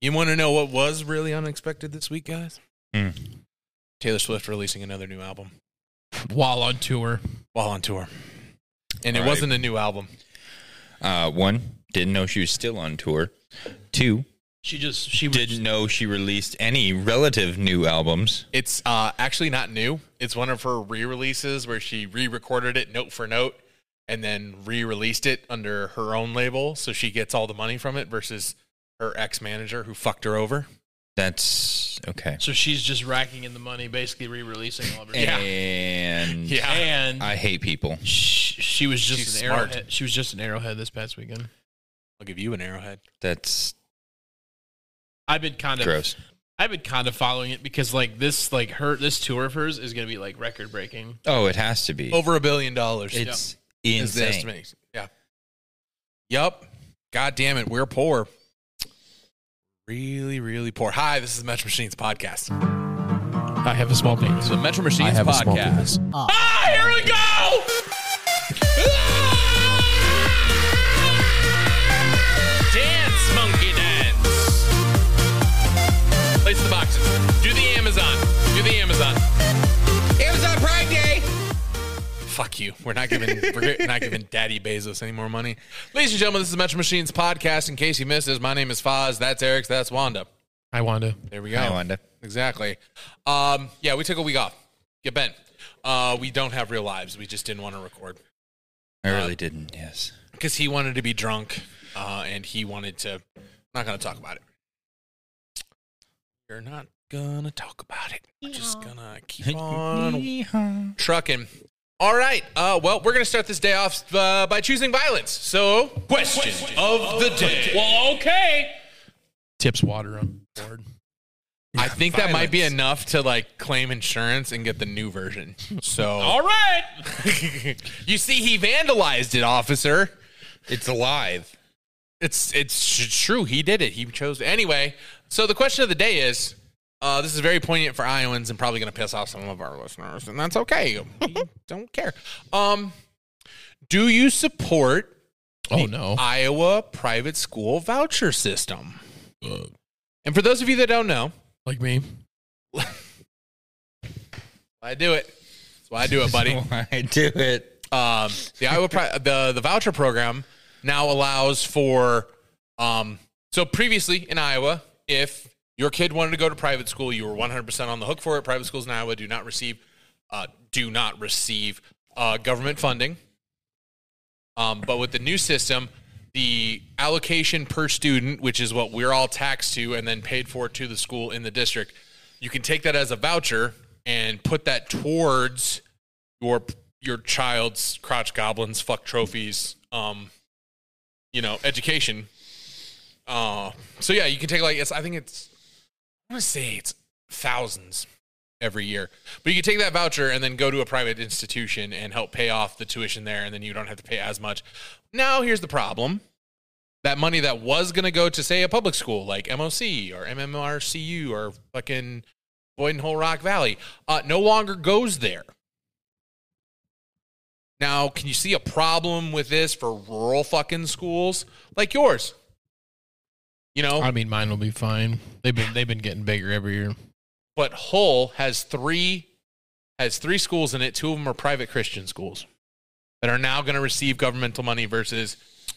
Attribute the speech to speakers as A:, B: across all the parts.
A: You want to know what was really unexpected this week, guys?
B: Hmm.
A: Taylor Swift releasing another new album
C: while on tour.
A: while on tour. And it
B: All right.
A: wasn't a new album.
B: Uh, one, didn't know she was still on tour. Two,
C: She just she was
B: didn't know she released any relative new albums.
A: It's uh, actually not new. It's one of her re-releases where she re-recorded it note for note and then re-released it under her own label so she gets all the money from it versus her ex-manager who fucked her over.
B: That's okay.
C: so she's just racking in the money, basically re-releasing all of her.
A: Yeah.
B: And
A: Yeah.
C: and
B: I hate people.
C: sh- she was just
A: She's
C: an
A: smart.
C: arrowhead. She was just an arrowhead this past weekend.
A: I'll give you an arrowhead.
B: That's
C: I've been kind of
B: gross.
C: I've been kind of following it because like this like her this tour of hers is gonna be like record breaking.
B: Oh, it has to be.
A: Over a billion dollars.
B: it's
A: is the
B: insane.
A: estimation. Yeah. Yup. God damn it. We're poor. Really, really poor. Hi, this is Metro Machines Podcast.
C: I have a small penis.
A: The Metro Machines Podcast. Ah, here we go. Ah! Dance, monkey dance. Place the boxes. Do the Amazon. Do the Amazon.
B: Amazon Prime Day.
A: Fuck you. We're not giving we're not giving Daddy Bezos any more money. Ladies and gentlemen, this is Metro Machines Podcast. In case you missed this, my name is Foz. That's Eric's. That's Wanda.
C: I Wanda.
A: There we go.
B: Hi, Wanda.
A: Exactly. Um, yeah, we took a week off. Get bent. Uh, we don't have real lives. We just didn't want to record
B: I really didn't. Yes.
A: because he wanted to be drunk uh, and he wanted to. Not going to talk about it. You're not going to talk about it. We're just going to keep on
B: Yeehaw.
A: trucking. All right. Uh, well, we're going to start this day off uh, by choosing violence. So, question of the day. Well, okay.
C: Tips water on board.
A: I think that might be
B: Violence.
A: enough to like claim insurance and get the new version. So,
C: right.
A: you see, he vandalized it, officer.
B: It's alive.
A: It's it's tr- true. He did it. He chose anyway. So the question of the day is: uh, This is very poignant for Iowans and probably going to piss off some of our listeners, and that's okay. We don't care. Um, do you support
C: Oh no.
A: Iowa private school voucher system?
C: Uh,
A: And for those of you that don't know,
C: Like me.
A: I do it. That's why I do it, buddy.
B: I do it.
A: um, the Iowa pri- the the voucher program now allows for um, so previously in Iowa, if your kid wanted to go to private school, you were 100% on the hook for it. Private schools in Iowa do not receive uh, do not receive uh, government funding. Um, but with the new system, the allocation per student, which is what we're all taxed to and then paid for to the school in the district, you can take that as a voucher and put that towards your your child's crotch goblins fuck trophies um you know education uh so yeah you can take like it's i think it's i want to say it's thousands every year but you can take that voucher and then go to a private institution and help pay off the tuition there and then you don't have to pay as much now here's the problem that money that was going to go to say a public school like moc or mmrcu or fucking boyden hole rock valley uh, no longer goes there now, can you see a problem with this for rural fucking schools like yours? You know,
C: I mean mine will be fine. They've been they've been getting bigger every year.
A: but Hull has three has three schools in it. Two of them are private Christian schools that are now going to receive governmental money versus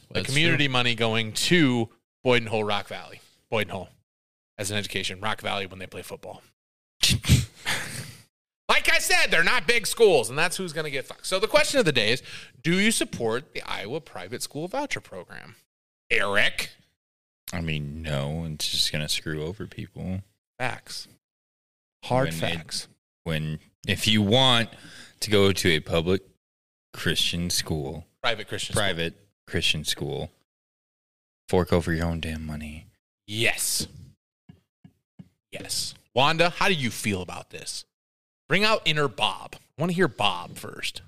A: the
C: That's
A: community money going to Boyden Hole Rock Valley. Boyden Hole as an education, Rock Valley when they play football. like I said, they're not big schools, and that's who's going to get fucked. So the question of the day is: Do you support the Iowa private school voucher program, Eric?
B: I mean, no, it's just gonna screw over people.
A: Facts, hard
B: When they-
A: facts.
B: When if you want to go to a public Christian school,
A: private Christian, school.
B: private Christian school, fork over your own damn money.
A: Yes. Yes. Wanda, how do you feel about this? Bring out inner Bob. I want to hear Bob first.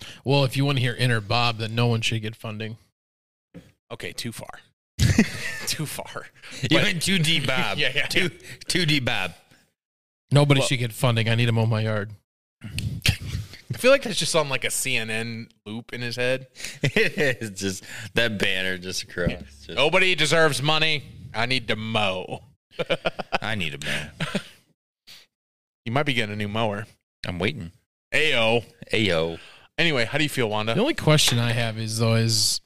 C: true. Well, if you want to hear inner Bob, then no one should get funding.
A: Okay, too far. too far.
B: You went too deep, Bob.
A: Yeah, yeah,
B: too too deep, Bob.
C: Nobody
A: Well-
C: should get funding. I need to mow my yard.
A: I feel like that's just on like a CNN loop in his head.
B: it's just that banner just across. Just,
A: Nobody deserves money. I need to mow. Oh.
B: I need a man.
A: You might be getting a new mower.
B: I'm waiting.
A: Ayo.
B: Ayo.
A: Anyway, how do you feel, Wanda?
C: The only question I have is though is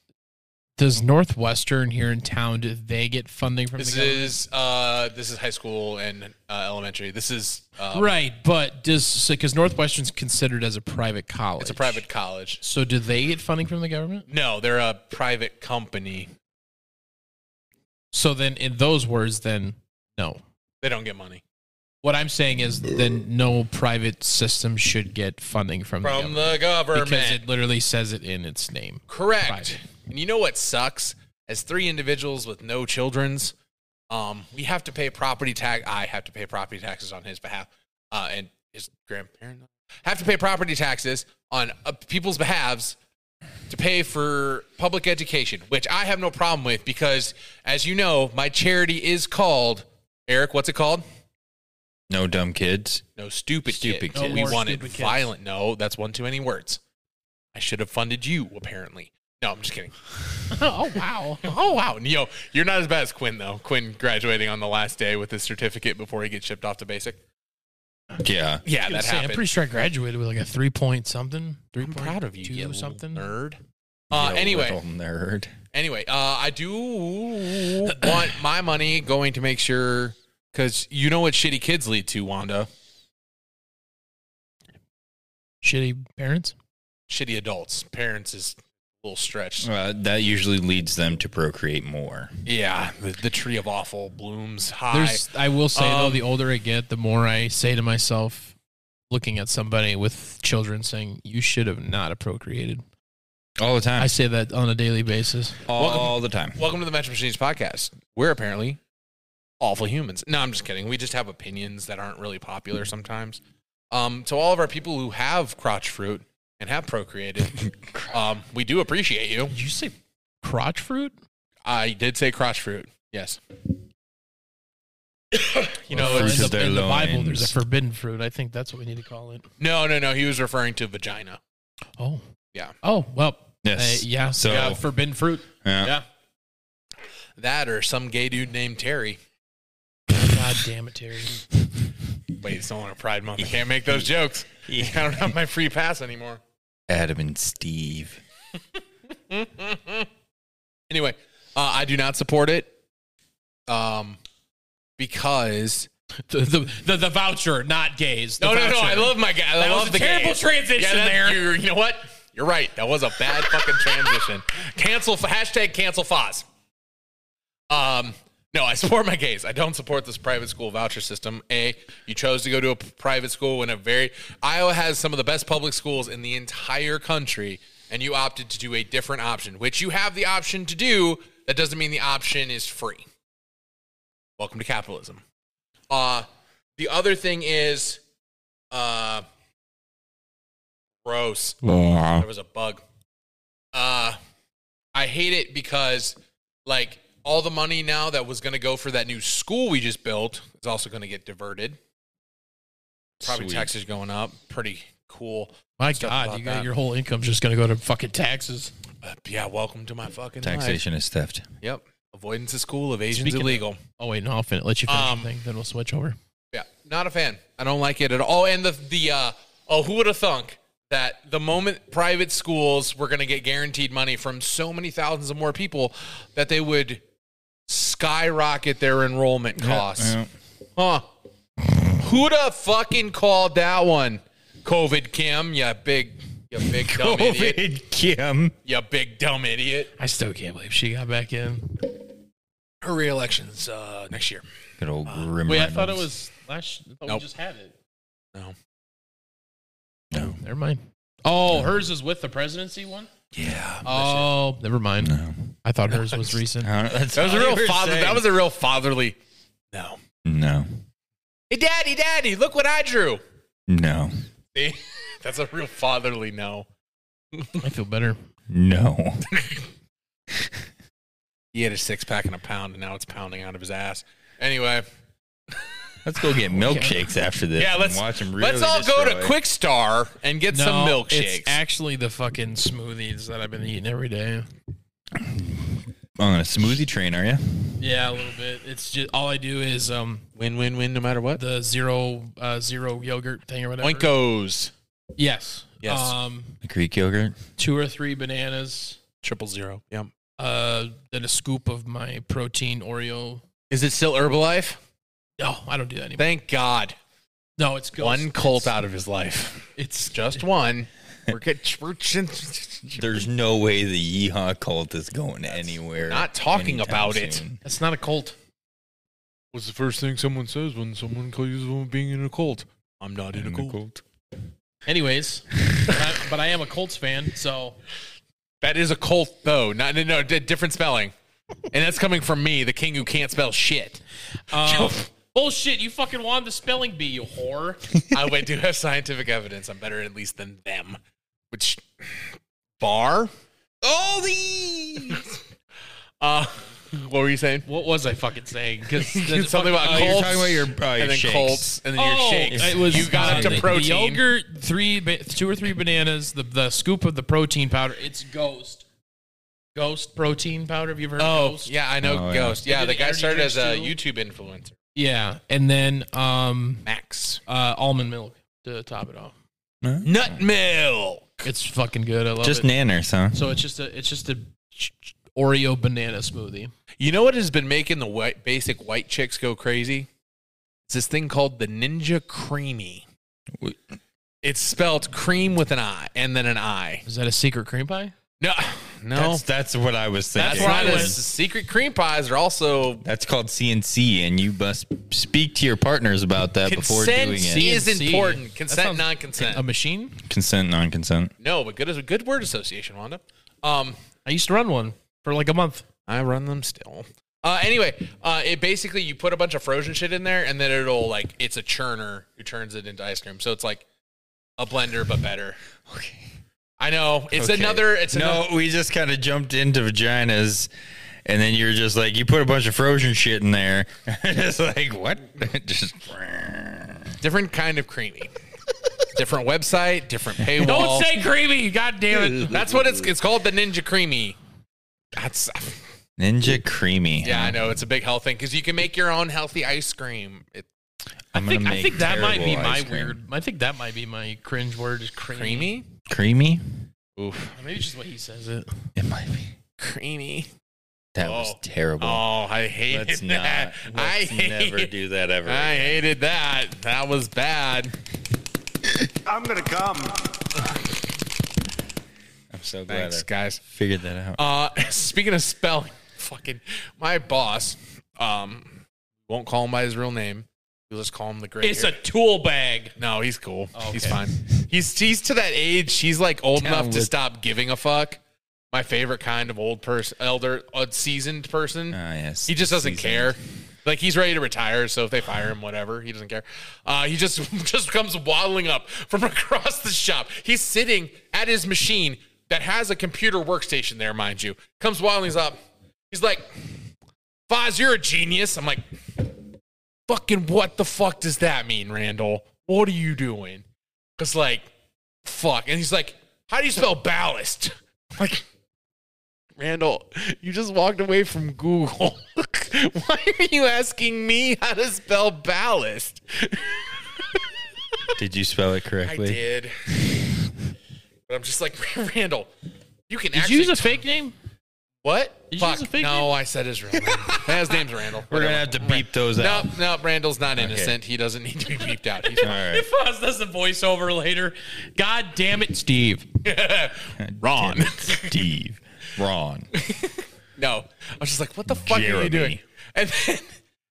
C: does Northwestern here in town do they get funding from
A: This
C: the government?
A: is uh, this is high school and uh, elementary. This is um,
C: right, but does because Northwestern's considered as a private college.
A: It's a private college.
C: So do they get funding from the government?
A: No, they're a private company.
C: So then in those words then no.
A: They don't get money
C: What I'm saying is then no private system should get funding from,
A: from
C: the
A: the government.
C: government because it literally says it in its name.
A: Correct.
C: Private.
A: And you know what sucks? As three individuals with no children's, um, we have to pay property tax. I have to pay property taxes on his behalf, uh, and his grandparent have to pay property taxes on uh, people's behalves to pay for public education, which I have no problem with because, as you know, my charity is called Eric. What's it called?
B: No dumb kids.
A: No stupid,
B: Stupid
A: stupid
B: No kids.
A: we
C: more
A: wanted
C: stupid kids.
A: violent. No, that's one too many words. I should have funded you. Apparently, no. I'm just kidding.
C: oh wow.
A: Oh wow, Neo, you're not as bad as Quinn though. Quinn graduating on the last day with his certificate before he gets shipped off to basic.
B: Yeah.
A: Yeah,
C: I
A: that
C: was gonna say,
A: happened.
C: I'm pretty sure I graduated with like a three point something. 3
A: I'm proud of you,
C: two
A: you little
C: something.
A: nerd. Uh,
B: You
A: anyway,
B: little nerd.
A: anyway, uh, I do want my money going to make sure because you know what shitty kids lead to, Wanda.
C: Shitty parents.
A: Shitty adults. Parents is a little stretched.
B: Uh, that usually leads them to procreate more.
A: Yeah, the, the tree of awful blooms high.
C: There's, I will say though,
A: Um,
C: the older I get, the more I say to myself, looking at somebody with children, saying, "You should have not have procreated."
B: All the
C: I
B: time.
C: say that on a daily basis.
B: All the time.
A: Welcome Uh, to the Metro Machines podcast. We're apparently awful humans. No, I'm just kidding. We just have opinions that aren't really popular sometimes. Um, to all of our people who have crotch fruit and have procreated, um, we do appreciate you.
C: Did you say crotch fruit?
A: I did say crotch fruit. Yes. you know,
B: Well,
A: it's,
B: fruit
C: in
B: of
C: the,
B: their
C: in the Bible, there's a
B: loins.
C: forbidden fruit. I think that's what we need to call it.
A: no, no, no. He was referring to vagina.
C: Oh,
A: Yeah.
C: Oh well,
B: Yes.
C: uh, yeah.
B: So-
C: yeah, forbidden fruit.
B: Yeah.
A: That or some gay dude named Terry.
C: God damn it, Terry.
A: Wait, it's only a Pride Month. I can't make those jokes. I don't have my free pass anymore.
B: Adam and Steve.
A: Anyway, uh, I do not support it. Um, because
C: The, the, the, the voucher, not gays. The
A: no, no, no.
C: voucher.
A: I love my guy. I
C: That
A: love
C: was a
A: the
C: terrible
A: gays.
C: transition
A: Yeah, that-
C: there.
A: You, you know what? You're right. That was a bad fucking transition. Cancel hashtag cancel Foz. Um, no, I support my gays. I don't support this private school voucher system. A, you chose to go to a p- private school in a very Iowa has some of the best public schools in the entire country, and you opted to do a different option, which you have the option to do. That doesn't mean the option is free. Welcome to capitalism. Uh, the other thing is, uh, gross. There was a bug. Uh, I hate it because like all the money now that was going to go for that new school we just built is also going to get diverted. Probably
B: Sweet.
A: taxes going up. Pretty cool.
C: My
A: Stuff
C: God,
A: about
C: you got,
A: that.
C: your whole income's just going to go to fucking taxes.
A: Uh, yeah, welcome to my fucking
B: Taxation is theft.
A: Life. Yep. Avoidance is cool. Evasion's
C: Speaking of-
A: illegal.
C: Oh wait, no, I'll fin- let you finish
A: Um,
C: the thing. Then we'll switch over.
A: Yeah, not a fan. I don't like it at all. And the the uh, oh, who would have thunk that the moment private schools were going to get guaranteed money from so many thousands of more people that they would skyrocket their enrollment costs?
B: Yeah.
A: Huh? Who'd have fucking called that one? COVID Kim, you big, you big dumb idiot,
B: Oh, Kim.
A: you big dumb idiot.
C: I still can't believe she got back in.
A: Her reelection's uh, next year.
B: Good old Grim
C: Wait, I
B: Reynolds.
C: thought it was last. I thought
A: Nope.
C: we just had it.
A: No.
B: No.
C: Never mind. Oh, hers is with the presidency one.
B: Yeah.
C: Oh, never mind.
B: No.
C: I thought hers was recent.
B: Uh, that's
A: That was a
B: all
A: real
B: you were
A: father.
B: saying.
A: That was a real fatherly. No.
B: no.
A: Hey, daddy, daddy, look what I drew.
B: No.
A: See? That's a real fatherly no.
C: I feel better.
B: No.
A: He had a six pack and a pound, and now it's pounding out of his ass. Anyway,
B: Let's go get milkshakes after this.
A: yeah,
B: and
A: let's
B: watch them. Really
A: let's all go to
B: destroy.
A: Quick Star and get some
C: No,
A: milkshakes.
C: It's actually the fucking smoothies that I've been eating every day.
B: on a smoothie train, are you?
C: Yeah, a little bit. It's just all I do is um
A: Win, win, win, no matter what.
C: the zero uh zero yogurt thing or whatever.
A: Oinkos.
C: Yes.
A: Yes.
C: Um,
B: The Greek yogurt.
C: two or three bananas.
A: Triple zero. Yep.
C: Uh, then a scoop of my protein Oreo.
A: Is it still Herbalife?
C: No, Oh, I don't do that anymore.
A: Thank God.
C: No, it's ghost.
A: One cult
C: It's-
A: out of his life.
C: It's
A: Just one. We're good.
B: There's no way the Yeehaw cult is going anywhere.
A: not talking
B: anytime
A: about it.
B: soon.
C: That's not a cult.
A: What's the first thing someone says when someone accuses them of being in a cult? I'm not in a cult.
C: Anyways, but, I, but I am a Colts fan, so
A: That is a cult, though. Not no, no d- different spelling. And that's coming from me, the king who can't spell shit.
C: um, bullshit. You fucking won the spelling bee, you whore.
A: I we do have scientific evidence. I'm better at least than them. Which bar?
B: All these.
A: Uh, what were you saying?
C: What was I fucking saying? Because
A: Something about
B: you're
A: Colts
B: talking about your, uh, your
A: and then
B: shakes.
A: Colts and then
C: Oh,
A: your shakes.
C: It was,
A: you got
C: uh,
A: up
C: the-
A: to
C: the
A: protein.
C: yogurt, three, ba- two or three bananas, the, the scoop of the protein powder. It's Ghost. Ghost protein powder. Have you ever heard of
A: Oh,
C: Ghost?
A: yeah, I know
B: Oh, yeah.
A: Ghost. Yeah,
C: They do
A: the
C: the
A: guy
C: energy
A: started as a
C: drinks,
A: YouTube influencer.
C: Yeah. And then um,
A: Max.
C: uh, almond milk to top it off.
A: Nut milk.
C: It's fucking good. I love
B: Just
C: it.
B: nanners, huh?
C: so it's just a it's just a ch- ch- Oreo banana smoothie.
A: You know what has been making the white, basic white chicks go crazy? It's this thing called the Ninja Creamy.
B: Wait.
A: It's spelled cream with an I and then an I.
C: Is that a secret cream pie?
A: No, no.
B: That's, that's what I was
A: That's
B: thinking.
A: why
C: I
A: the
C: was-
A: secret cream pies are also
B: That's called CNC, and you must speak to your partners about that before
A: consent
B: doing it.
A: is
C: CNC.
A: important.
C: That
A: Consent,
C: sounds-
A: non-consent.
C: A machine?
B: Consent, non-consent.
A: no, but good is a good word association, Wanda. Um,
C: I used to run one for like a month.
A: I run them still. Uh, anyway, uh, it basically you put a bunch of frozen shit in there, and then it'll like it's a churner who turns it into ice cream. So it's like a blender, but better.
B: Okay.
A: I know it's
B: Okay.
A: another. It's
B: no.
A: another,
B: We just kind of jumped into vaginas, and then you're just like, you put a bunch of frozen shit in there. it's like what? just
A: different kind of creamy, different website, different paywall.
C: creamy, god damn
A: That's what it's it's called. The Ninja Creamy. That's
B: ninja creamy.
A: yeah, I know it's a big health thing because you can make your own healthy ice cream. It,
B: I'm
C: I think,
B: gonna
C: I
B: make
C: think that might be
B: terrible
C: my
B: ice cream.
C: weird. I think that might be my cringe word is creamy.
A: creamy,
B: creamy.
A: oof,
C: Maybe it's just the way he says it.
B: It might be.
A: creamy.
B: That was
A: Oh.
B: terrible.
A: Oh, I hated
B: Let's not.
A: that. I
B: Let's
A: hate
B: never do that ever.
A: I hated that. That was bad.
D: I'm gonna come.
B: I'm so glad
A: Thanks,
B: I
A: guys.
B: figured that out.
A: Uh, speaking of spelling, fucking my boss. Um, won't call him by his real name. We'll just call him the great.
C: It's a tool bag. Oh,
A: no, he's cool. He's
C: Okay.
A: fine. He's he's to that age. He's like old
B: Down
A: enough to
B: with-
A: stop giving a fuck. My favorite kind of old person, elder, uh, seasoned person.
B: Ah, yes.
A: He just doesn't
B: Seasoned.
A: care. Like he's ready to retire, so if they fire him, whatever, he doesn't care. Uh, he just just comes waddling up from across the shop. He's sitting at his machine that has a computer workstation there, mind you. Comes waddling up. He's like, "Foz, you're a genius." I'm like, "Fucking what the fuck does that mean, Randall? What are you doing?" Cause like, fuck, and he's like, "How do you spell ballast?" Like. Randall, you just walked away from Google. Why are you asking me how to spell ballast?
B: Did you spell it
A: I
B: correctly?
A: did. but I'm just like, Randall, you can
C: Did
A: actually.
C: you use a fake name?
A: what?
C: Did you
A: Fuck.
C: use a fake
A: no,
C: name?
A: I said his real name. his name's Randall.
B: We're gonna have to beep those out.
A: Nope, nope. Randall's not innocent. He doesn't need to be beeped out. He's
B: All right.
C: If Oz does the voiceover later, god damn it, Steve.
A: Ron.
B: Damn it, Steve. Ron.
A: No, I was just like, what the fuck are
B: Jeremy.
A: you doing? And then,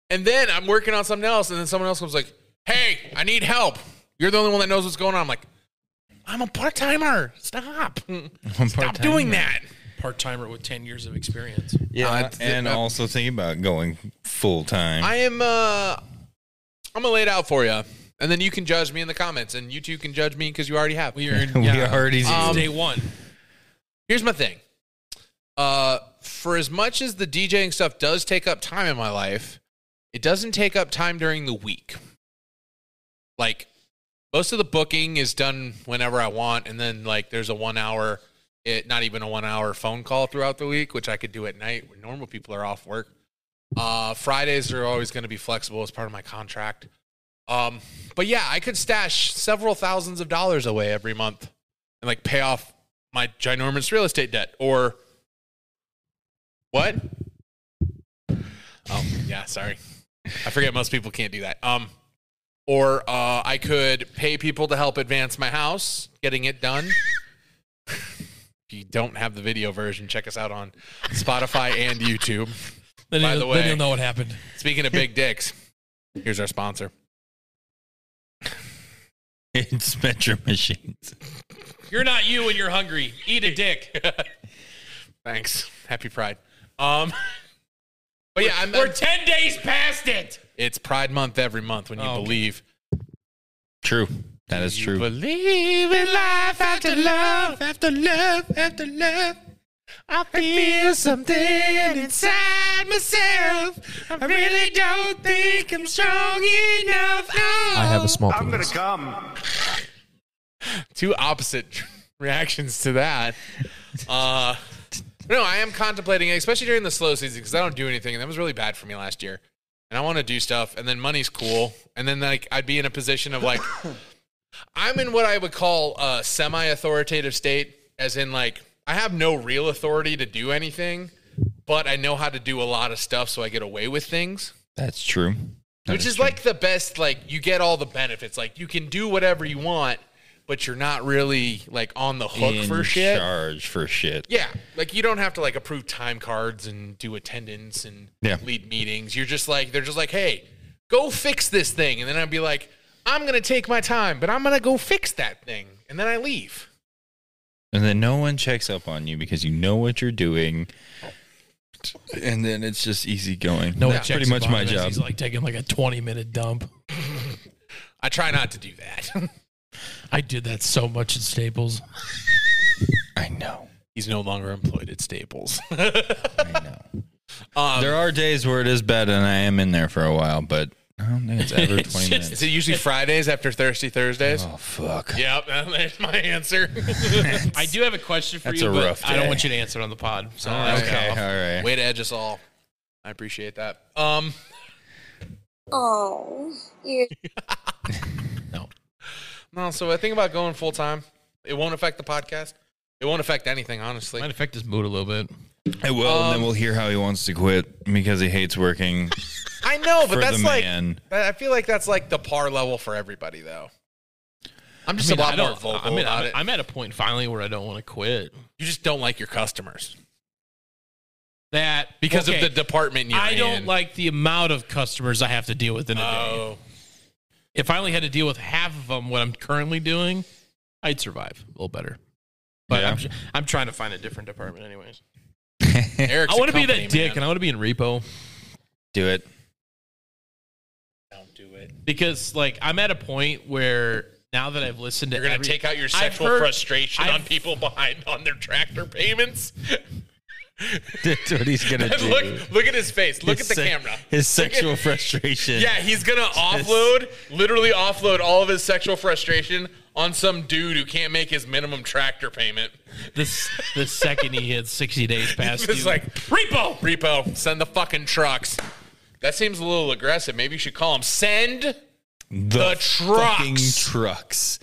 A: and then I'm working on something else, and then someone else comes like, hey, I need help. You're the only one that knows what's going on. I'm like, I'm a part timer. Stop. Stop doing that.
C: Part timer with ten years of experience.
B: Yeah,
A: Uh, th-
B: and
A: uh,
B: also thinking about going full time.
A: I am. uh I'm gonna lay it out for you, and then you can judge me in the comments, and you two can judge me because you already have.
C: We are in
B: we
C: yeah,
B: already do.
A: Um,
C: day one.
A: Here's my thing. Uh, for as much as the DJing stuff does take up time in my life, it doesn't take up time during the week. Like most of the booking is done whenever I want, and then like there's a one hour it not even a one hour phone call throughout the week, which I could do at night when normal people are off work. Uh, Fridays are always going to be flexible as part of my contract. Um, but yeah, I could stash several thousands of dollars away every month and like pay off my ginormous real estate debt or what? Oh, yeah, sorry. I forget most people can't do that. Um, or uh, I could pay people to help advance my house, getting it done. if you don't have the video version, check us out on Spotify and YouTube.
C: Then,
A: By
C: you'll,
A: the
C: then
A: way-
C: you'll know what happened.
A: Speaking of big dicks, here's our sponsor.
B: It's Metro Machines.
C: You're not you when you're hungry. Eat a dick.
A: Thanks. Happy Pride. Um, but yeah, I'm,
C: We're 10 days past it.
A: it's Pride Month every month when you
C: Oh.
A: believe.
B: True. That is
A: You
B: true.
A: Believe in life after love, after love, after love. I feel something inside myself. I really don't think I'm strong enough. Oh.
E: I have a small
D: I'm gonna
E: penis.
D: come.
A: Two opposite reactions to that. Uh, no, I am contemplating, it, especially during the slow season, because I don't do anything, and that was really bad for me last year. And I want to do stuff, and then money's cool, and then like I'd be in a position of like, I'm in what I would call a semi-authoritative state, as in like I have no real authority to do anything, but I know how to do a lot of stuff, so I get away with things
B: That's true. That
A: which is,
B: true.
A: like the best like you get all the benefits like you can do whatever you want but you're not really like on the hook
B: In
A: for shit
B: Charge for shit.
A: yeah like you don't have to like approve time cards and do attendance and
B: Yeah.
A: lead meetings you're just like they're just like hey go fix this thing and then i'd be like i'm gonna take my time but i'm gonna go fix that thing and then i leave
B: And then no one checks up on you because you know what you're doing. And then it's just easy going.
C: No, one
B: That's pretty
C: checks
B: much
C: upon
B: my
C: him as
B: job.
C: He's like taking like a 20 minute dump.
A: i try not to do that
C: I did that so much at Staples.
B: I know.
A: he's no longer employed at staples
B: I know.
A: um,
B: there are days where it is bad and I am in there for a while, but I don't think it's ever 20
C: It's just-
B: minutes.
A: is it usually fridays after thirsty thursdays
B: Oh, fuck.
A: Yep, there's my answer.
C: I do have a question for
B: That's
C: you,
B: a
C: but
B: rough
C: I don't
B: day.
C: want you to answer it on the pod. So
A: All right.
B: Okay, all right.
A: Way to edge us all. I appreciate that. Um,
F: Oh, you
A: no, so I think about going full time. It won't affect the podcast. It won't affect anything, honestly.
C: might affect his mood a little bit.
B: I will, and
A: Um,
B: then we'll hear how he wants to quit because he hates working
A: I know,
B: for
A: but that's
B: the
A: like
B: man.
A: I feel like that's like the par level for everybody, though. I'm just
C: I mean,
A: a lot
C: I
A: more
C: don't-
A: vocal
C: I mean,
A: about
C: I'm,
A: it.
C: I'm at a point finally where I don't want to quit.
A: you just don't like your customers
C: That
A: because
C: okay,
A: of the department you're
C: I don't
A: in.
C: like the amount of customers I have to deal with in a day.
A: Oh,
C: If I only had to deal with half of them, what I'm currently doing, I'd survive a little better. But
B: Yeah.
C: I'm, ju- I'm trying to find a different department, anyways.
A: Eric's
C: I
A: a
C: want to be
A: company
C: that dick,
A: man.
C: and I want to be in repo
B: Do it.
A: Don't do it.
C: because, like, I'm at a point where now that I've listened to,
A: You're gonna
C: every-
A: take out your
C: I've
A: sexual
C: heard-
A: frustration on
C: I've-
A: people behind on their tractor payments.
B: That's what he's going to do.
A: look, look at his face. Look
B: His
A: at the
B: sex-
A: camera.
B: His sexual frustration.
A: Yeah, he's gonna offload, literally offload all of his sexual frustration on some dude who can't make his minimum tractor payment.
C: this the second he hits 60 days past
A: It's
C: due.
A: like repo, repo, send the fucking trucks. That seems a little aggressive. Maybe you should call him. Send
B: The, fucking
A: trucks.
B: trucks.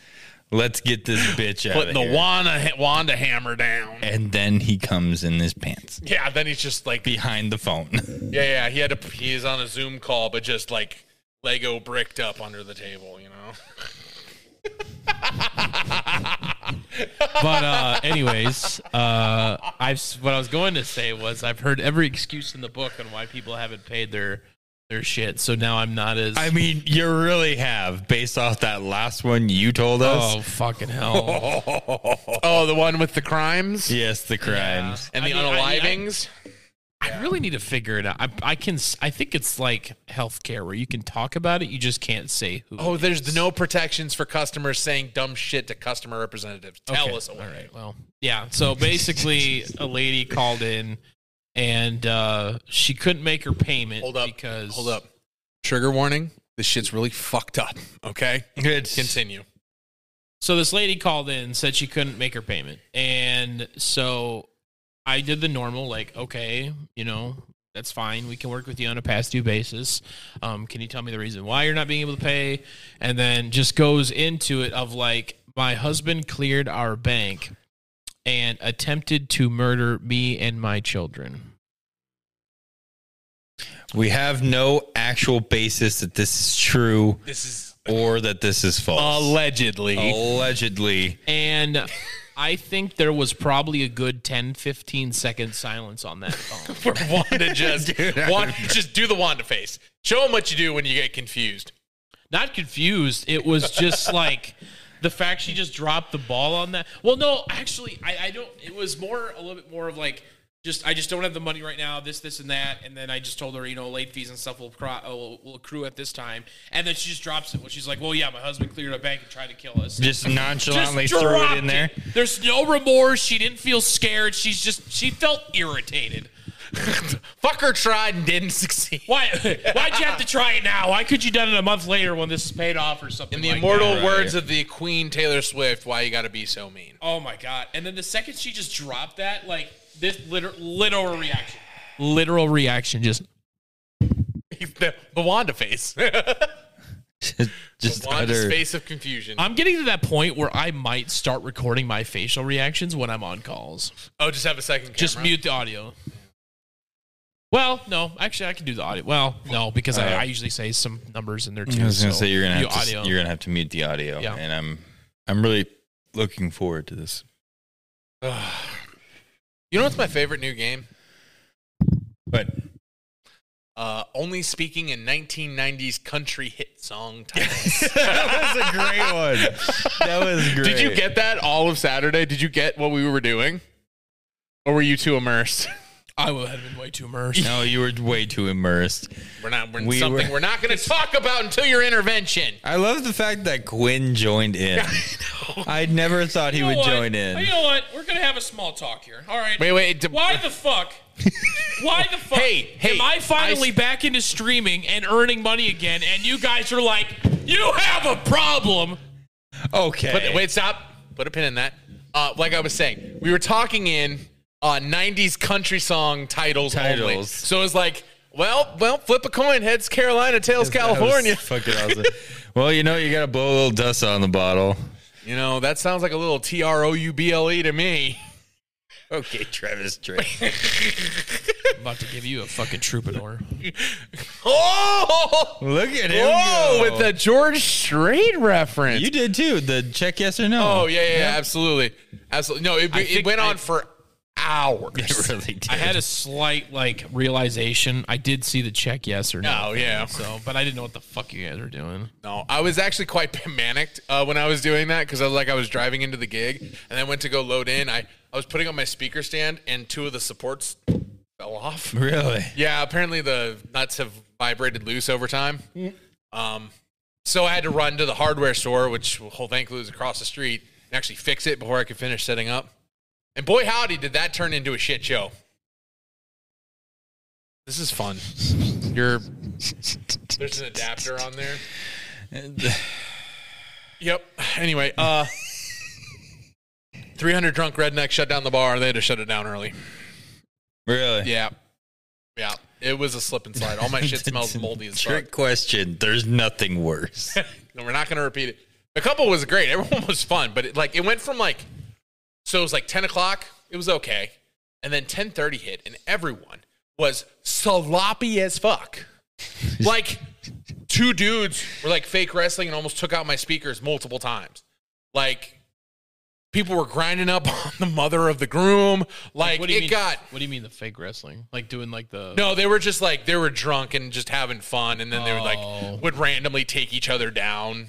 B: Let's get this bitch out
A: putting
B: of
A: the
B: here.
A: Wanda Wanda hammer down.
B: and then he comes in his pants
A: Yeah, then he's just like, yeah,
B: behind the phone.
A: yeah. He had a he's on a Zoom call, but just like Lego bricked up under the table, you know.
C: but uh anyways uh i've s- what i was going to say was i've heard every excuse in the book on why people haven't paid their their shit so now i'm not as
B: I mean, you really have, based off that last one you told
C: oh
B: us.
C: fucking hell
A: Oh, the one with the crimes
B: Yes, the crimes.
A: and
C: I
A: the
C: mean, I- I-
A: unalivings.
C: i really need to figure it out I, I can s- i think it's like healthcare where you can talk about it you just can't say who
A: Oh,
C: it
A: there's
C: is.
A: no protections for customers saying dumb shit to customer representatives. Tell
C: Okay,
A: us away.
C: all right well yeah so basically a lady called in and uh she couldn't make her payment
A: Hold up.
C: because
A: Hold up. Trigger warning. This shit's really fucked up. Okay.
B: It's-
A: Continue.
C: So this lady called in, said she couldn't make her payment, and so I did the normal, like, okay, you know, that's fine. We can work with you on a past due basis. Um, can you tell me the reason why you're not being able to pay? And then just goes into it of like, my husband cleared our bank and attempted to murder me and my children.
B: We have no actual basis that this is true
A: This is
B: or that this is false.
A: allegedly.
B: Allegedly.
C: And I think there was probably a good 10, 15 second silence on that phone.
A: For Wanda, just
B: Dude, I
A: Wanda, just do the Wanda face. Show them what you do when you get confused.
C: not confused. It was just like the fact she just dropped the ball on that. Well, no, actually, I, I don't. It was more a little bit more of like just I just don't have the money right now. This, this, and that. And then I just told her, you know, late fees and stuff will, cro- uh, will, will accrue at this time. And then she just drops it. Well, she's like, well, yeah, my husband cleared a bank and tried to kill us.
B: Just nonchalantly
C: Just
B: threw
C: dropped
B: it in there.
C: There's no remorse. She didn't feel scared. She's just she felt irritated.
A: Fucker tried and didn't succeed.
C: Why? Why'd you have to try it now? Why could you done it a month later when this is paid off or something?
A: In the
C: like that?
A: immortal
B: right.
A: words of the Queen Taylor Swift, why you gotta be so mean?
C: Oh my god! And then the second she just dropped that, like this liter- literal reaction, literal reaction, just
A: the, the Wanda face.
B: Just
A: Wanda's
B: utter.
A: face of confusion.
C: I'm getting to that point where I might start recording my facial reactions when I'm on calls.
A: oh, just have a second. Camera.
C: Just mute the audio. Well, no, actually, I can do the audio. Well, no, because I, I usually say some numbers in there too.
B: I was gonna
C: so
B: say you're gonna
C: mute
B: have to,
C: audio.
B: you're gonna have to mute the audio,
C: Yeah.
B: and I'm I'm really looking forward to this.
A: You know what's my favorite new game?
B: But
A: Uh, only speaking in 1990s country hit song titles.
B: that was a great one. That was great.
A: Did you get that all of Saturday? Did you get what we were doing? Or were you too immersed?
C: I would have been way too immersed.
B: No, you were way too immersed.
A: We're not. We're
B: We
A: something
B: were-
A: we're not going to talk about until your intervention.
B: I love the fact that Quinn joined in. I never thought he
C: You know
B: would
C: what?
B: join in.
C: You know what? We're gonna have a small talk here. All right.
A: Wait, wait. d-
C: Why the fuck? Why the fuck?
A: Hey, hey,
C: Am I finally
A: I s-
C: back into streaming and earning money again? And you guys are like, you have a problem.
B: Okay.
A: Put, wait, stop. Put a pin in that. Uh, like I was saying, we were talking in uh, 90s country song titles, only.
B: Titles.
A: So it's like, well, well, flip a coin. Heads Carolina, tails
B: That was
A: California.
B: fucking awesome. well, you know, you gotta blow a little dust on the bottle.
A: You know, that sounds like a little T R O U B L E to me.
B: Okay, Travis. Travis.
C: I'm about to give you a fucking troubadour.
A: Oh,
B: Look at him.
A: whoa,
B: go.
A: with the George Strait reference.
B: you did too. The check yes or no.
A: Oh yeah, yeah, yeah, absolutely, absolutely. No, it, it
C: think
A: went
C: I-
A: on for hours.
B: really did.
C: I had a slight like realization. I did see the check, yes or no.
A: Oh yeah,
C: So, but I didn't know what the fuck you guys were doing.
A: no, I was actually quite panicked uh, when I was doing that because I was like, I was driving into the gig and then went to go load in. I I was putting on my speaker stand and two of the supports fell off.
B: really.
A: Yeah, apparently the nuts have vibrated loose over time. Um, so I had to run to the hardware store, which well, thankfully was across the street, and actually fix it before I could finish setting up. And boy, howdy, did that turn into a shit show. This is fun. You're, there's an adapter on there. Yep. Anyway, uh, 300 drunk rednecks shut down the bar. They had to shut it down early.
B: Really.
A: Yeah. Yeah. It was a slip and slide. All my shit smells moldy as fuck.
B: Trick question. There's nothing worse.
A: No, we're not going to repeat it. The couple was great. Everyone was fun, but it, like it went from like so it was like ten o'clock. It was okay, and then ten thirty hit, and everyone was sloppy as fuck. like two dudes were like fake wrestling and almost took out my speakers multiple times. Like people were grinding up on the mother of the groom. Like,
C: What do you
A: it
C: mean?
A: got.
C: What do you mean the fake wrestling? Like doing like the
A: No, they were just like they were drunk and just having fun, and then they were
C: Oh.
A: like would randomly take each other down.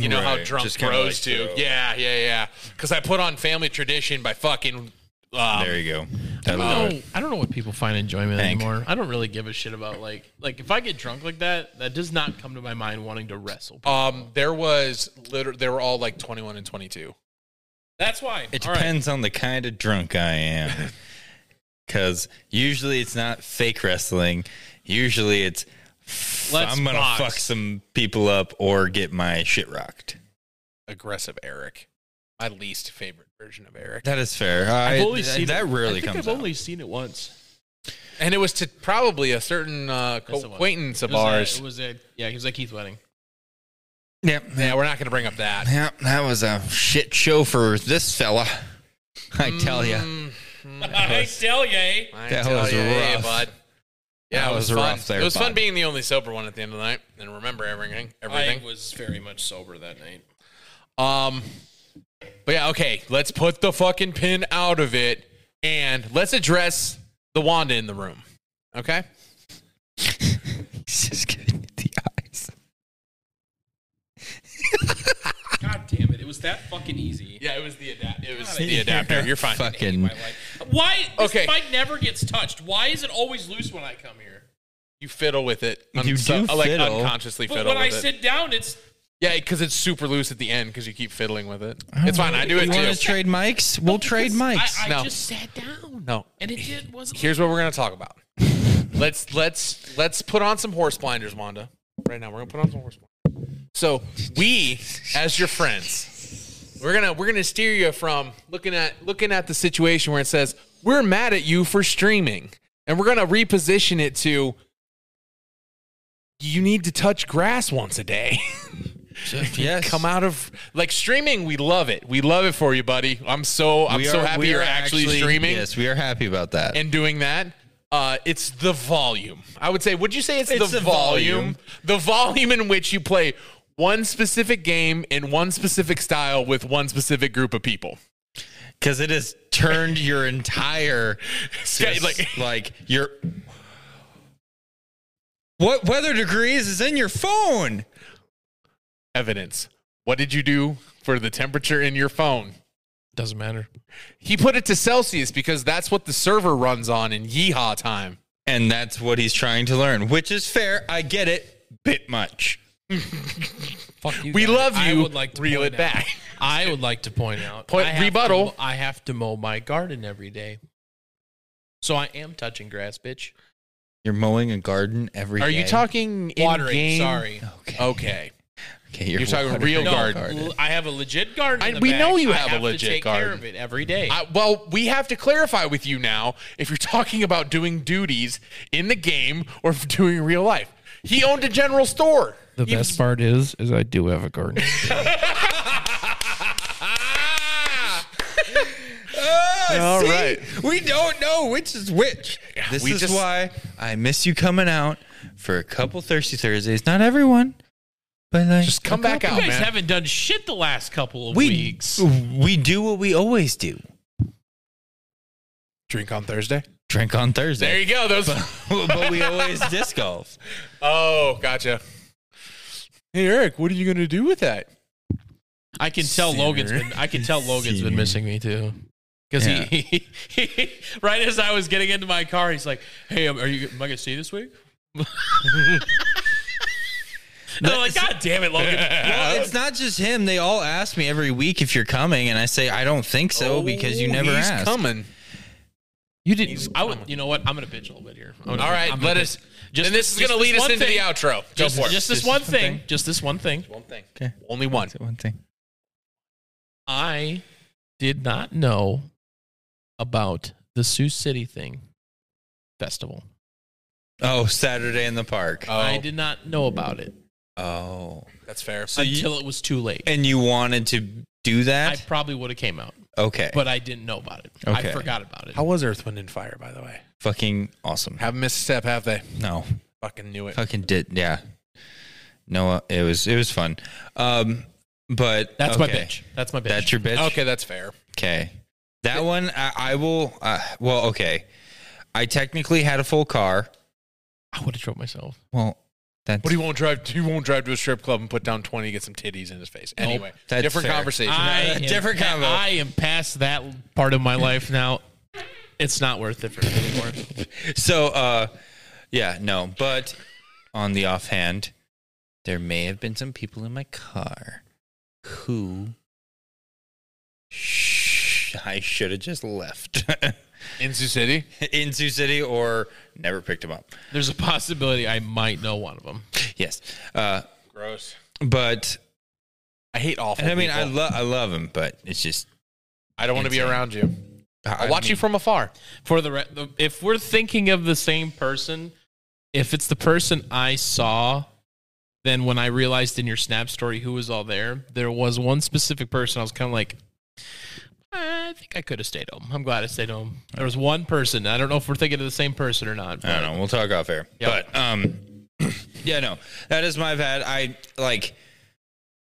A: You know how
B: Right,
A: drunk
B: just kinda
A: bros
B: like
A: do.
B: bro.
A: Yeah, yeah, yeah. Because I put on family tradition by fucking. Um,
B: There you go. I
C: I
B: love
C: don't, know, I don't know what people find enjoyment
B: Hank.
C: anymore. I don't really give a shit about like like if I get drunk like that, that does not come to my mind wanting to wrestle.
A: um, there was liter- they were all like twenty one and twenty two.
C: That's why.
B: It
C: All right.
B: depends on the kind of drunk I am. Because usually it's not fake wrestling. Usually it's f-
C: Let's
B: I'm gonna
C: box.
B: fuck some people up or get my shit rocked.
A: aggressive Eric. My least favorite version of Eric.
B: That is fair. I,
C: I've only
B: th-
C: seen
B: that
C: it-
B: rarely
C: I think
B: comes
C: I've
B: out.
C: only seen it once.
A: And it was to probably a certain uh,
C: the one.
A: acquaintance
C: It
A: of
C: was at-
A: ours.
C: It was at yeah. It was at Keith's wedding.
B: Yep.
A: yeah, we're not going to bring up that.
B: Yep. That was a shit show for this fella. I tell you.
A: Mm,
C: I tell ya. eh?
A: I
B: That
A: tell
B: was
A: ya, hey,
B: rough.
A: bud. Yeah,
B: That
A: it was,
B: was
A: fun.
B: rough there,
A: it was fun
B: bud.
A: being the only sober one at the end of the night and remember everything. Everything.
C: I was very much sober that night.
A: Um, but yeah, okay. Let's put the fucking pin out of it and let's address the Wanda in the room. Okay.
B: He's just giving me the eyes.
C: God damn it! It was that fucking easy.
A: Yeah, it was the adapt. It was
C: God, I
A: the adapter. You're fine.
B: Fucking.
C: Why? This
A: Okay.
C: mic never gets touched. Why is it always loose when I come here?
A: You fiddle with it.
B: You do
A: like
B: fiddle.
A: unconsciously
C: But
A: fiddle
C: when I
A: with it.
C: sit down, it's
A: yeah, because it's super loose at the end because you keep fiddling with it. It's fine. I do it
B: You want
A: too.
B: to trade mics? We'll trade mics.
C: I, I
A: No.
C: just sat down.
A: No.
C: and it did wasn't.
A: Here's what we're gonna talk about. let's let's let's put on some horse blinders, Wanda. Right now, we're gonna put on some horse blinders. So we, as your friends, we're gonna we're gonna steer you from looking at looking at the situation where it says we're mad at you for streaming, and we're gonna reposition it to you need to touch grass once a day.
B: yes.
A: Come out of like streaming, we love it. We love it for you, buddy. I'm so I'm
B: We
A: so
B: are-
A: happy
B: we
A: you're
B: are
A: actually, streaming
B: Yes, we are happy about that.
A: and doing that. Uh, it's the volume. I would say, would you say it's,
B: It's
A: the,
B: the
A: volume?
B: volume.
A: The volume in which you play one specific game in one specific style with one specific group of people.
B: Because it has turned your entire
A: Yeah,
B: just,
A: like-
B: like, your what weather degrees is in your phone.
A: Evidence. What did you do for the temperature in your phone?
C: Doesn't matter.
A: He put it to Celsius because that's what the server runs on in yeehaw time.
B: And that's what he's trying to learn, which is fair. I get it. Bit much.
C: Fuck you.
A: We
C: guys.
A: love you.
C: I would like to
A: reel
C: point
A: it
C: out-
A: back.
C: I would like to point out.
A: Point-
C: I have to
A: rebuttal.
C: mo- I have to mow my garden every day, so I am touching grass, bitch.
B: You're mowing a garden every
A: Are you
B: day?
A: talking in
C: Watering.
A: game?
C: Sorry.
B: Okay.
A: Okay.
B: okay you're,
A: you're talking
B: watering
A: real
B: your
A: garden.
C: l- I have a legit garden. in
A: I-
C: the
A: we
C: back.
A: know you
C: I
A: have a legit
C: to take Care
A: garden.
C: of it every day.
A: I, well, we have to clarify with you now if you're talking about doing duties in the game or if doing real life. He owned a general store.
C: the best part is, is I do have a garden.
B: Ah,
A: All
B: see?
A: right.
B: We don't know which is which. This
A: we
B: is
A: just-
B: why I miss you coming out for a couple Thirsty Thursdays. Not everyone, but like
A: Just come back out,
C: you guys
A: Oh, man.
C: haven't done shit the last couple of
B: we
C: weeks.
B: we do what we always do.
A: Drink on Thursday.
B: Drink on Thursday.
A: There you go. Those.
B: but we always disc golf.
A: oh, gotcha. Hey Eric, what are you gonna do with that?
C: I can tell
B: Sinner.
C: Logan's been. I can tell Logan's been
B: Sinner.
C: missing me too. Because he, he, right as I was getting into my car, he's like, "Hey, am- are you? Am I gonna see you this week?" and I'm like, "God damn it, Logan!"
B: Well, it's not just him. They all ask me every week if you're coming, and I say I don't think so because you never
A: Oh, he's
B: ask.
A: coming.
C: you didn't. I would. You know what? I'm gonna bitch a little bit here.
A: All right, let us. Just, and this is gonna lead us into the outro. Go
C: Just,
A: for it.
C: just this
B: Just
C: one
B: one
C: thing.
B: thing.
C: Just this one thing.
A: one thing.
B: Okay.
A: Only one.
B: That's one thing.
C: I did not know about the Sioux City thing festival.
B: Oh, Saturday in the park.
A: Oh,
C: I did not know about it
B: Oh,
A: that's fair.
C: until it was too late.
B: and you wanted to do
C: I
B: that?
C: probably would have came out,
B: okay,
C: but I didn't know about it. I
B: Okay.
C: forgot about it.
A: How was Earth, Wind, and Fire, by the way?
B: fucking awesome.
A: Haven't missed a step, have they?
B: No,
A: Fucking knew it.
B: fucking did. Yeah, Noah. It was it was fun. Um, but
C: That's my
B: okay.
C: bitch. That's my bitch.
B: That's your bitch.
A: Okay, that's fair.
B: Okay. That one, I, I will. Uh, well, okay. I technically had a full car.
C: I would have drove myself.
B: Well, that's.
A: But he won't drive. He won't drive to a strip club and put down twenty, get some titties in his face. Anyway,
B: that's
A: different
B: fair.
A: conversation.
C: I
B: am- different combo.
C: I am past that part of my life now. It's not worth it for me anymore.
B: so, uh, yeah, no. But on the offhand, there may have been some people in my car who sh- I should have just left
A: in Sioux City,
B: in Sioux City or never picked them up.
C: There's a possibility I might know one of them.
B: Yes. Uh,
A: gross.
B: but
A: I hate awful.
B: And I mean, I
A: people.
B: love I love him, but it's just
A: I don't want to be
B: insane.
A: around you.
B: I
A: I'll watch you from afar.
C: for the, re- the if we're thinking of the same person if it's the person i saw then when i realized in your snap story who was all there there was one specific person i was kind of like i think i could have stayed home i'm glad i stayed home there was one person i don't know if we're thinking of the same person or not
B: I
C: but-
B: don't know. We'll talk off air.
C: Yeah.
B: But um, yeah, no, that is my bad. I like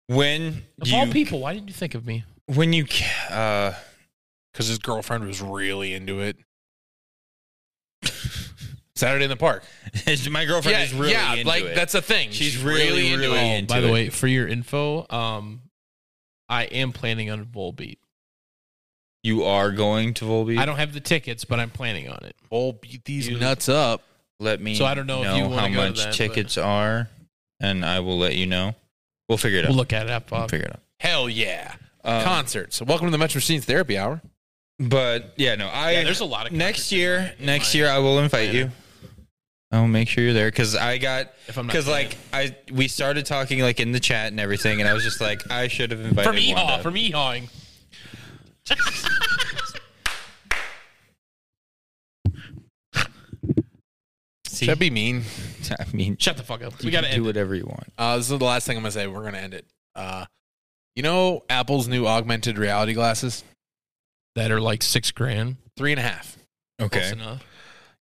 B: when
C: of
B: you
C: all people why didn't you think of me
B: when you ca- uh
A: because his girlfriend was really into it. Saturday in the park.
B: my girlfriend is really
A: yeah,
B: into
A: like
B: it.
A: that's a thing.
B: She's really, really
A: it.
B: into
C: by the
B: it.
C: way for your info um i am planning on a bowl beat
B: you are going to Volbeat.
C: i don't have the tickets but i'm planning on it
A: Bull Oh, beat these
C: You-
A: nuts up.
B: let me.
C: So I don't know if you wanna
B: how
C: go to
B: much
C: that, but-
B: tickets are, and I will let you know. We'll figure it out.
C: we'll look at it up uh,
B: We'll
C: Bob.
B: figure it out.
A: Hell yeah.
B: Um,
A: Concerts. Welcome to the Metro Scenes Therapy Hour.
B: but yeah, no, I.
C: yeah, there's a lot of
B: next
C: concerts
B: year.
C: in my-
B: Next year, I will invite you. I'll make sure you're there because I got
C: If I'm not
B: because
C: playing.
B: like I we started talking like in the chat and everything, and I was just like I should have invited
C: from Yeehaw,
B: Wanda.
C: from Yeehawing.
B: See,
A: Should I be mean?
B: I mean,
C: Shut the fuck up.
B: you
C: we gotta
B: can do
C: end. it.
B: whatever you want.
A: Uh, this is the last thing I'm going to say. We're going to end it. Uh, you know Apple's new augmented reality glasses?
C: That are like six grand.
A: Three and a half.
C: Close
B: Okay,
C: enough.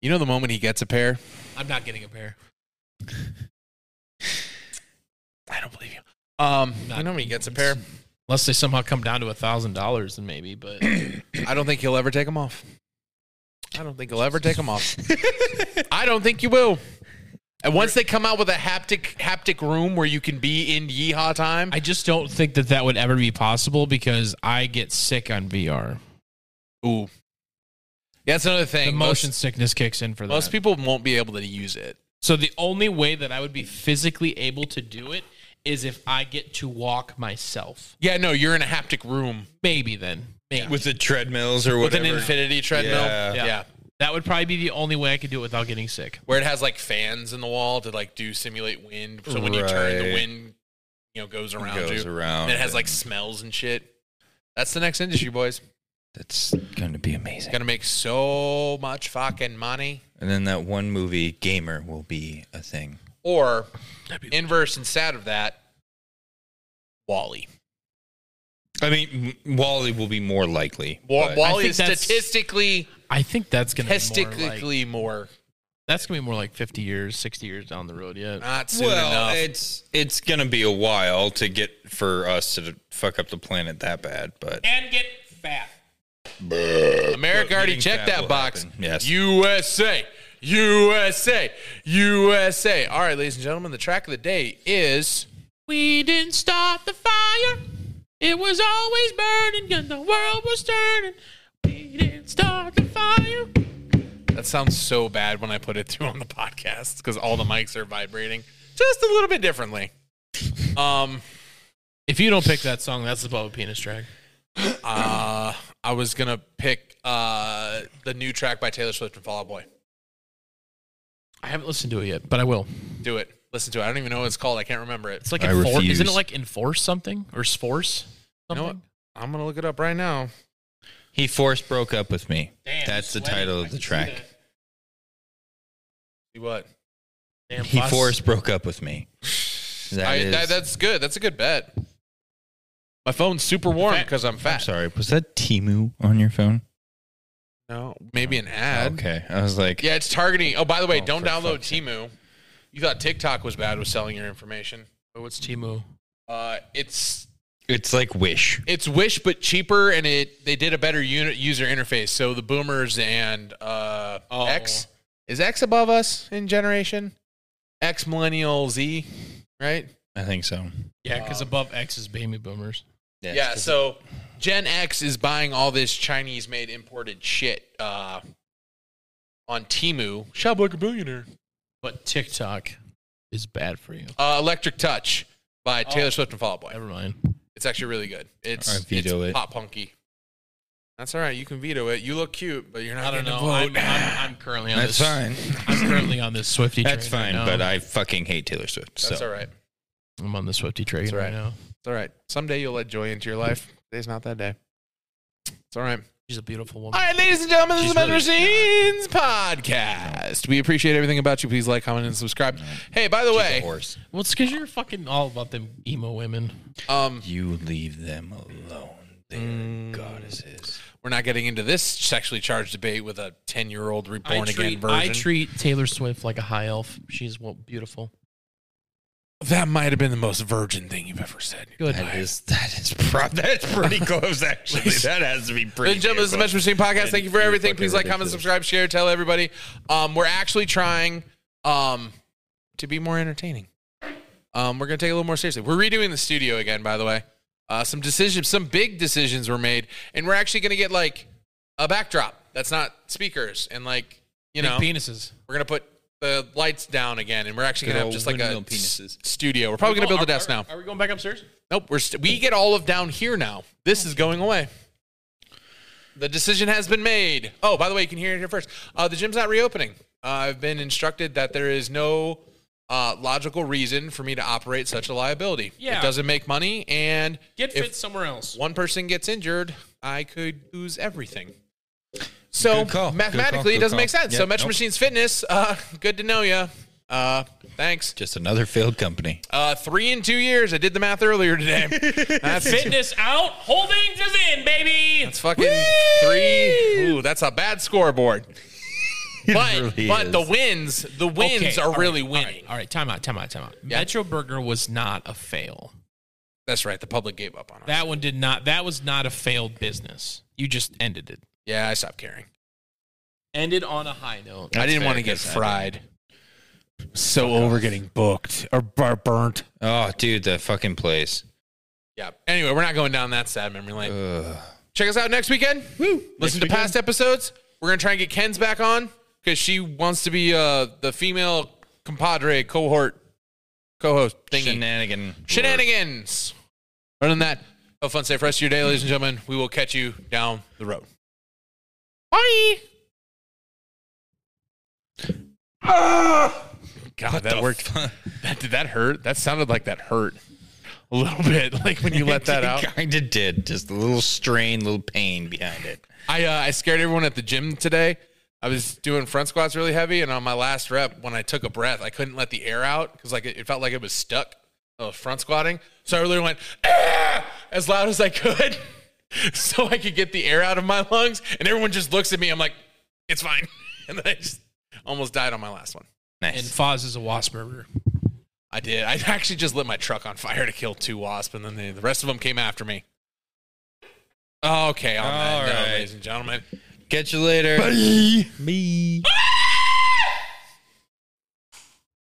A: You know the moment he gets a pair?
C: I'm not getting a pair.
A: I don't believe you. Um,
C: Not-
A: you know when he gets a pair?
C: Unless they somehow come down to a thousand dollars, then maybe. But
A: I don't think he'll ever take them off. I don't think he'll ever take them off. I don't think you will. And once they come out with a haptic haptic room where you can be in yeehaw time,
C: I just don't think that that would ever be possible because I get sick on VR.
A: ooh, yeah, that's another
C: The
A: thing.
C: motion
A: most,
C: sickness kicks in for that.
A: most people won't be able to use it.
C: so the only way that I would be physically able to do it is if I get to walk myself.
A: Yeah, no, you're in a haptic room
C: Maybe then. Maybe.
B: with the treadmills or
A: with
B: whatever.
A: an infinity treadmill.
B: Yeah.
C: Yeah. that would probably be the only way I could do it without getting sick.
A: where it has like fans in the wall to like do simulate wind. So when you turn, the
B: Right.
A: wind you know goes around
B: goes
A: you.
B: around.
A: And it has like smells and shit. That's the next industry, boys.
B: that's going to be amazing.
A: Gonna make so much fucking money.
B: And then that one movie, Gamer, will be a thing.
A: Or inverse and sad of that, Wally.
B: I mean, Wally will be more likely.
A: Wa-
B: but-
A: Wally
C: think
A: is
C: that's-
A: statistically,
C: I think that's gonna be more like-
A: statistically more,
C: That's gonna be more like fifty years, sixty years down the road. Yeah,
A: not soon
B: Well,
A: enough.
B: it's it's gonna be a while to get for us to fuck up the planet that bad, but
C: and get fat.
A: America already
B: getting
A: checked
B: fat
A: that
B: will
A: box.
B: happen. Yes.
A: USA, USA, USA. All right, ladies and gentlemen, the track of the day is
C: We didn't start the fire; it was always burning, and the world was turning. We didn't start the fire.
A: That sounds so bad when I put it through on the podcast because all the mics are vibrating just a little bit differently. Um,
C: If you don't pick that song, that's the Bubba Penis track.
A: uh, I was gonna pick uh the new track by Taylor Swift and Fall Out Boy.
C: I haven't listened to it yet, but I will.
A: Do it. Listen to it. I don't even know what it's called. I can't remember it.
C: It's like
B: I
C: enforce,
B: refuse.
C: isn't it like enforce something or force?
A: You know what? I'm gonna look it up right now.
B: he force broke up with me. That's the title of the track.
A: See what?
C: Damn,
B: He
C: bus.
B: force broke up with me. That
A: I,
B: is-
A: that, that's good. That's a good bet. My phone's super warm
C: Fat.
A: because I'm
B: I'm
A: fat.
B: sorry. Was that Timu on your phone?
A: No, maybe an ad.
B: Okay, I was like,
A: Yeah, it's targeting. Oh, by the way,
B: Oh,
A: don't
B: for
A: download
B: fuck's sake.
A: Timu. You thought TikTok was bad with selling your information.
C: Oh, it's Timu.
A: Uh, it's
B: it's like Wish.
A: it's Wish but cheaper, and it they did a better unit user interface. So the boomers and uh,
C: Oh.
A: X is X above us in generation. X millennial Z, right?
B: I think so.
C: Yeah, because above X is baby boomers.
A: yeah. So Gen X is buying all this Chinese made imported shit uh, on Timu. Shop like a billionaire.
C: But TikTok is bad for you.
A: Uh, Electric Touch by Taylor
C: Oh.
A: Swift and Fall Out Boy.
C: Never mind.
A: It's actually really good. It's,
B: Alright, veto
A: it's
B: it.
A: pop punky. That's all right. You can veto it. You look cute, but you're not.
C: I don't
A: getting
C: know.
A: to vote.
C: I'm, I'm, I'm currently on
B: that's
C: this.
B: fine.
C: I'm currently on this Swifty.
B: That's fine. But I fucking hate Taylor Swift.
A: That's
B: so
A: all right.
C: I'm on the Swifty train
A: That's
C: right.
A: right.
C: now.
A: It's all right. Someday you'll let joy into your life. Today's not that day. It's all right.
C: She's a beautiful
A: All
C: woman.
A: right, ladies and gentlemen, this
B: She's
A: is the Behind the
B: really
A: Scenes podcast. We appreciate everything about you. Please like, comment, and subscribe. Hey, by the
B: She's a
A: way,
B: horse.
C: Well, it's because you're fucking all about them emo women.
A: um,
B: You leave them alone. They're
A: Mm.
B: goddesses.
A: we're not getting into this sexually charged debate with a ten-year-old reborn
C: I, treat,
A: again version.
C: I treat Taylor Swift like a high elf. She's well, beautiful.
A: that might have been the most virgin thing you've ever said.
C: Good.
B: That is that is pro- that's pretty close actually. That has to be
A: Ladies
B: pretty.
A: and gentlemen, this is the
B: damn
A: Metro Machine Podcast. Thank you for
B: You're
A: everything.
B: fucking
A: Please like, comment,
B: ridiculous.
A: subscribe, share, tell everybody. Um, we're actually trying um, to be more entertaining. Um, we're going to take it a little more seriously. We're redoing the studio again, by the way. Uh, some decisions, some big decisions were made, and we're actually going to get like a backdrop that's not speakers, and like you know,
C: Big penises.
A: we're going to put the lights down again, and we're actually going
B: Good
A: to have
B: old
A: just like a
B: windmill
A: s-
B: penises.
A: studio. We're probably going to build a desk now.
C: Are we going back upstairs?
A: Nope, we're st- we get all of down here now. This is going away. The decision has been made. Oh, by the way, you can hear it here first. Uh, the gym's not reopening. Uh, I've been instructed that there is no uh, logical reason for me to operate such a liability.
C: Yeah.
A: It doesn't make money, and
C: Get
A: if
C: fit somewhere else.
A: one person gets injured, I could lose everything. So
B: Good call. Good
A: mathematically,
B: call.
A: it doesn't
B: Good
A: make
B: call.
A: sense.
B: Yeah,
A: so Metro
B: nope.
A: Machines Fitness, uh, good to know you. Uh, thanks.
B: Just another failed company.
A: Uh, three in two years. I did the math earlier today. That's
C: Fitness out, holdings is in, baby.
A: It's fucking three. Ooh, that's a bad scoreboard. But
B: really
A: but
B: is.
A: the wins, the wins
C: Okay,
A: are
C: all
A: really
C: right, all
A: winning.
C: right, All right, time out, time out, time out.
A: Yeah.
C: Metro Burger was not a fail.
A: That's right. The public gave up on us.
C: That one did not. That was not a failed business. You just ended it.
A: yeah, I stopped caring.
C: Ended on a high note.
A: I didn't
B: fair,
A: want to get
B: guess I
A: fried. So over getting booked or bur- burnt.
B: Oh, dude, the fucking place.
A: Yeah. Anyway, we're not going down that sad memory lane.
B: Ugh.
A: Check us out next weekend. Woo. Listen to past episodes. We're gonna try and get Ken's back on because she wants to be uh, the female compadre cohort co-host thingy.
B: Shenanigan.
A: shenanigans. Other than that, have a fun, safe rest of your day, ladies and gentlemen. We will catch you down the road. Bye. God, that worked. that, did that hurt? That sounded like that hurt a little bit. Like when you let that out.
B: kind of did. Just a little strain, little pain behind it.
A: I uh, I scared everyone at the gym today. I was doing front squats really heavy, and on my last rep, when I took a breath, I couldn't let the air out because like it, it felt like it was stuck. I was front squatting, so I really went "Ah!" as loud as I could, so I could get the air out of my lungs. And everyone just looks at me. I'm like, it's fine, and then I just almost died on my last one.
C: And
B: Nice.
C: Foz is a wasp burger.
A: I did. I actually just lit my truck on fire to kill two wasps, and then the, the rest of them came after me. Okay, on that
B: All
A: note,
B: right.
A: ladies and gentlemen.
B: Catch you later. Me.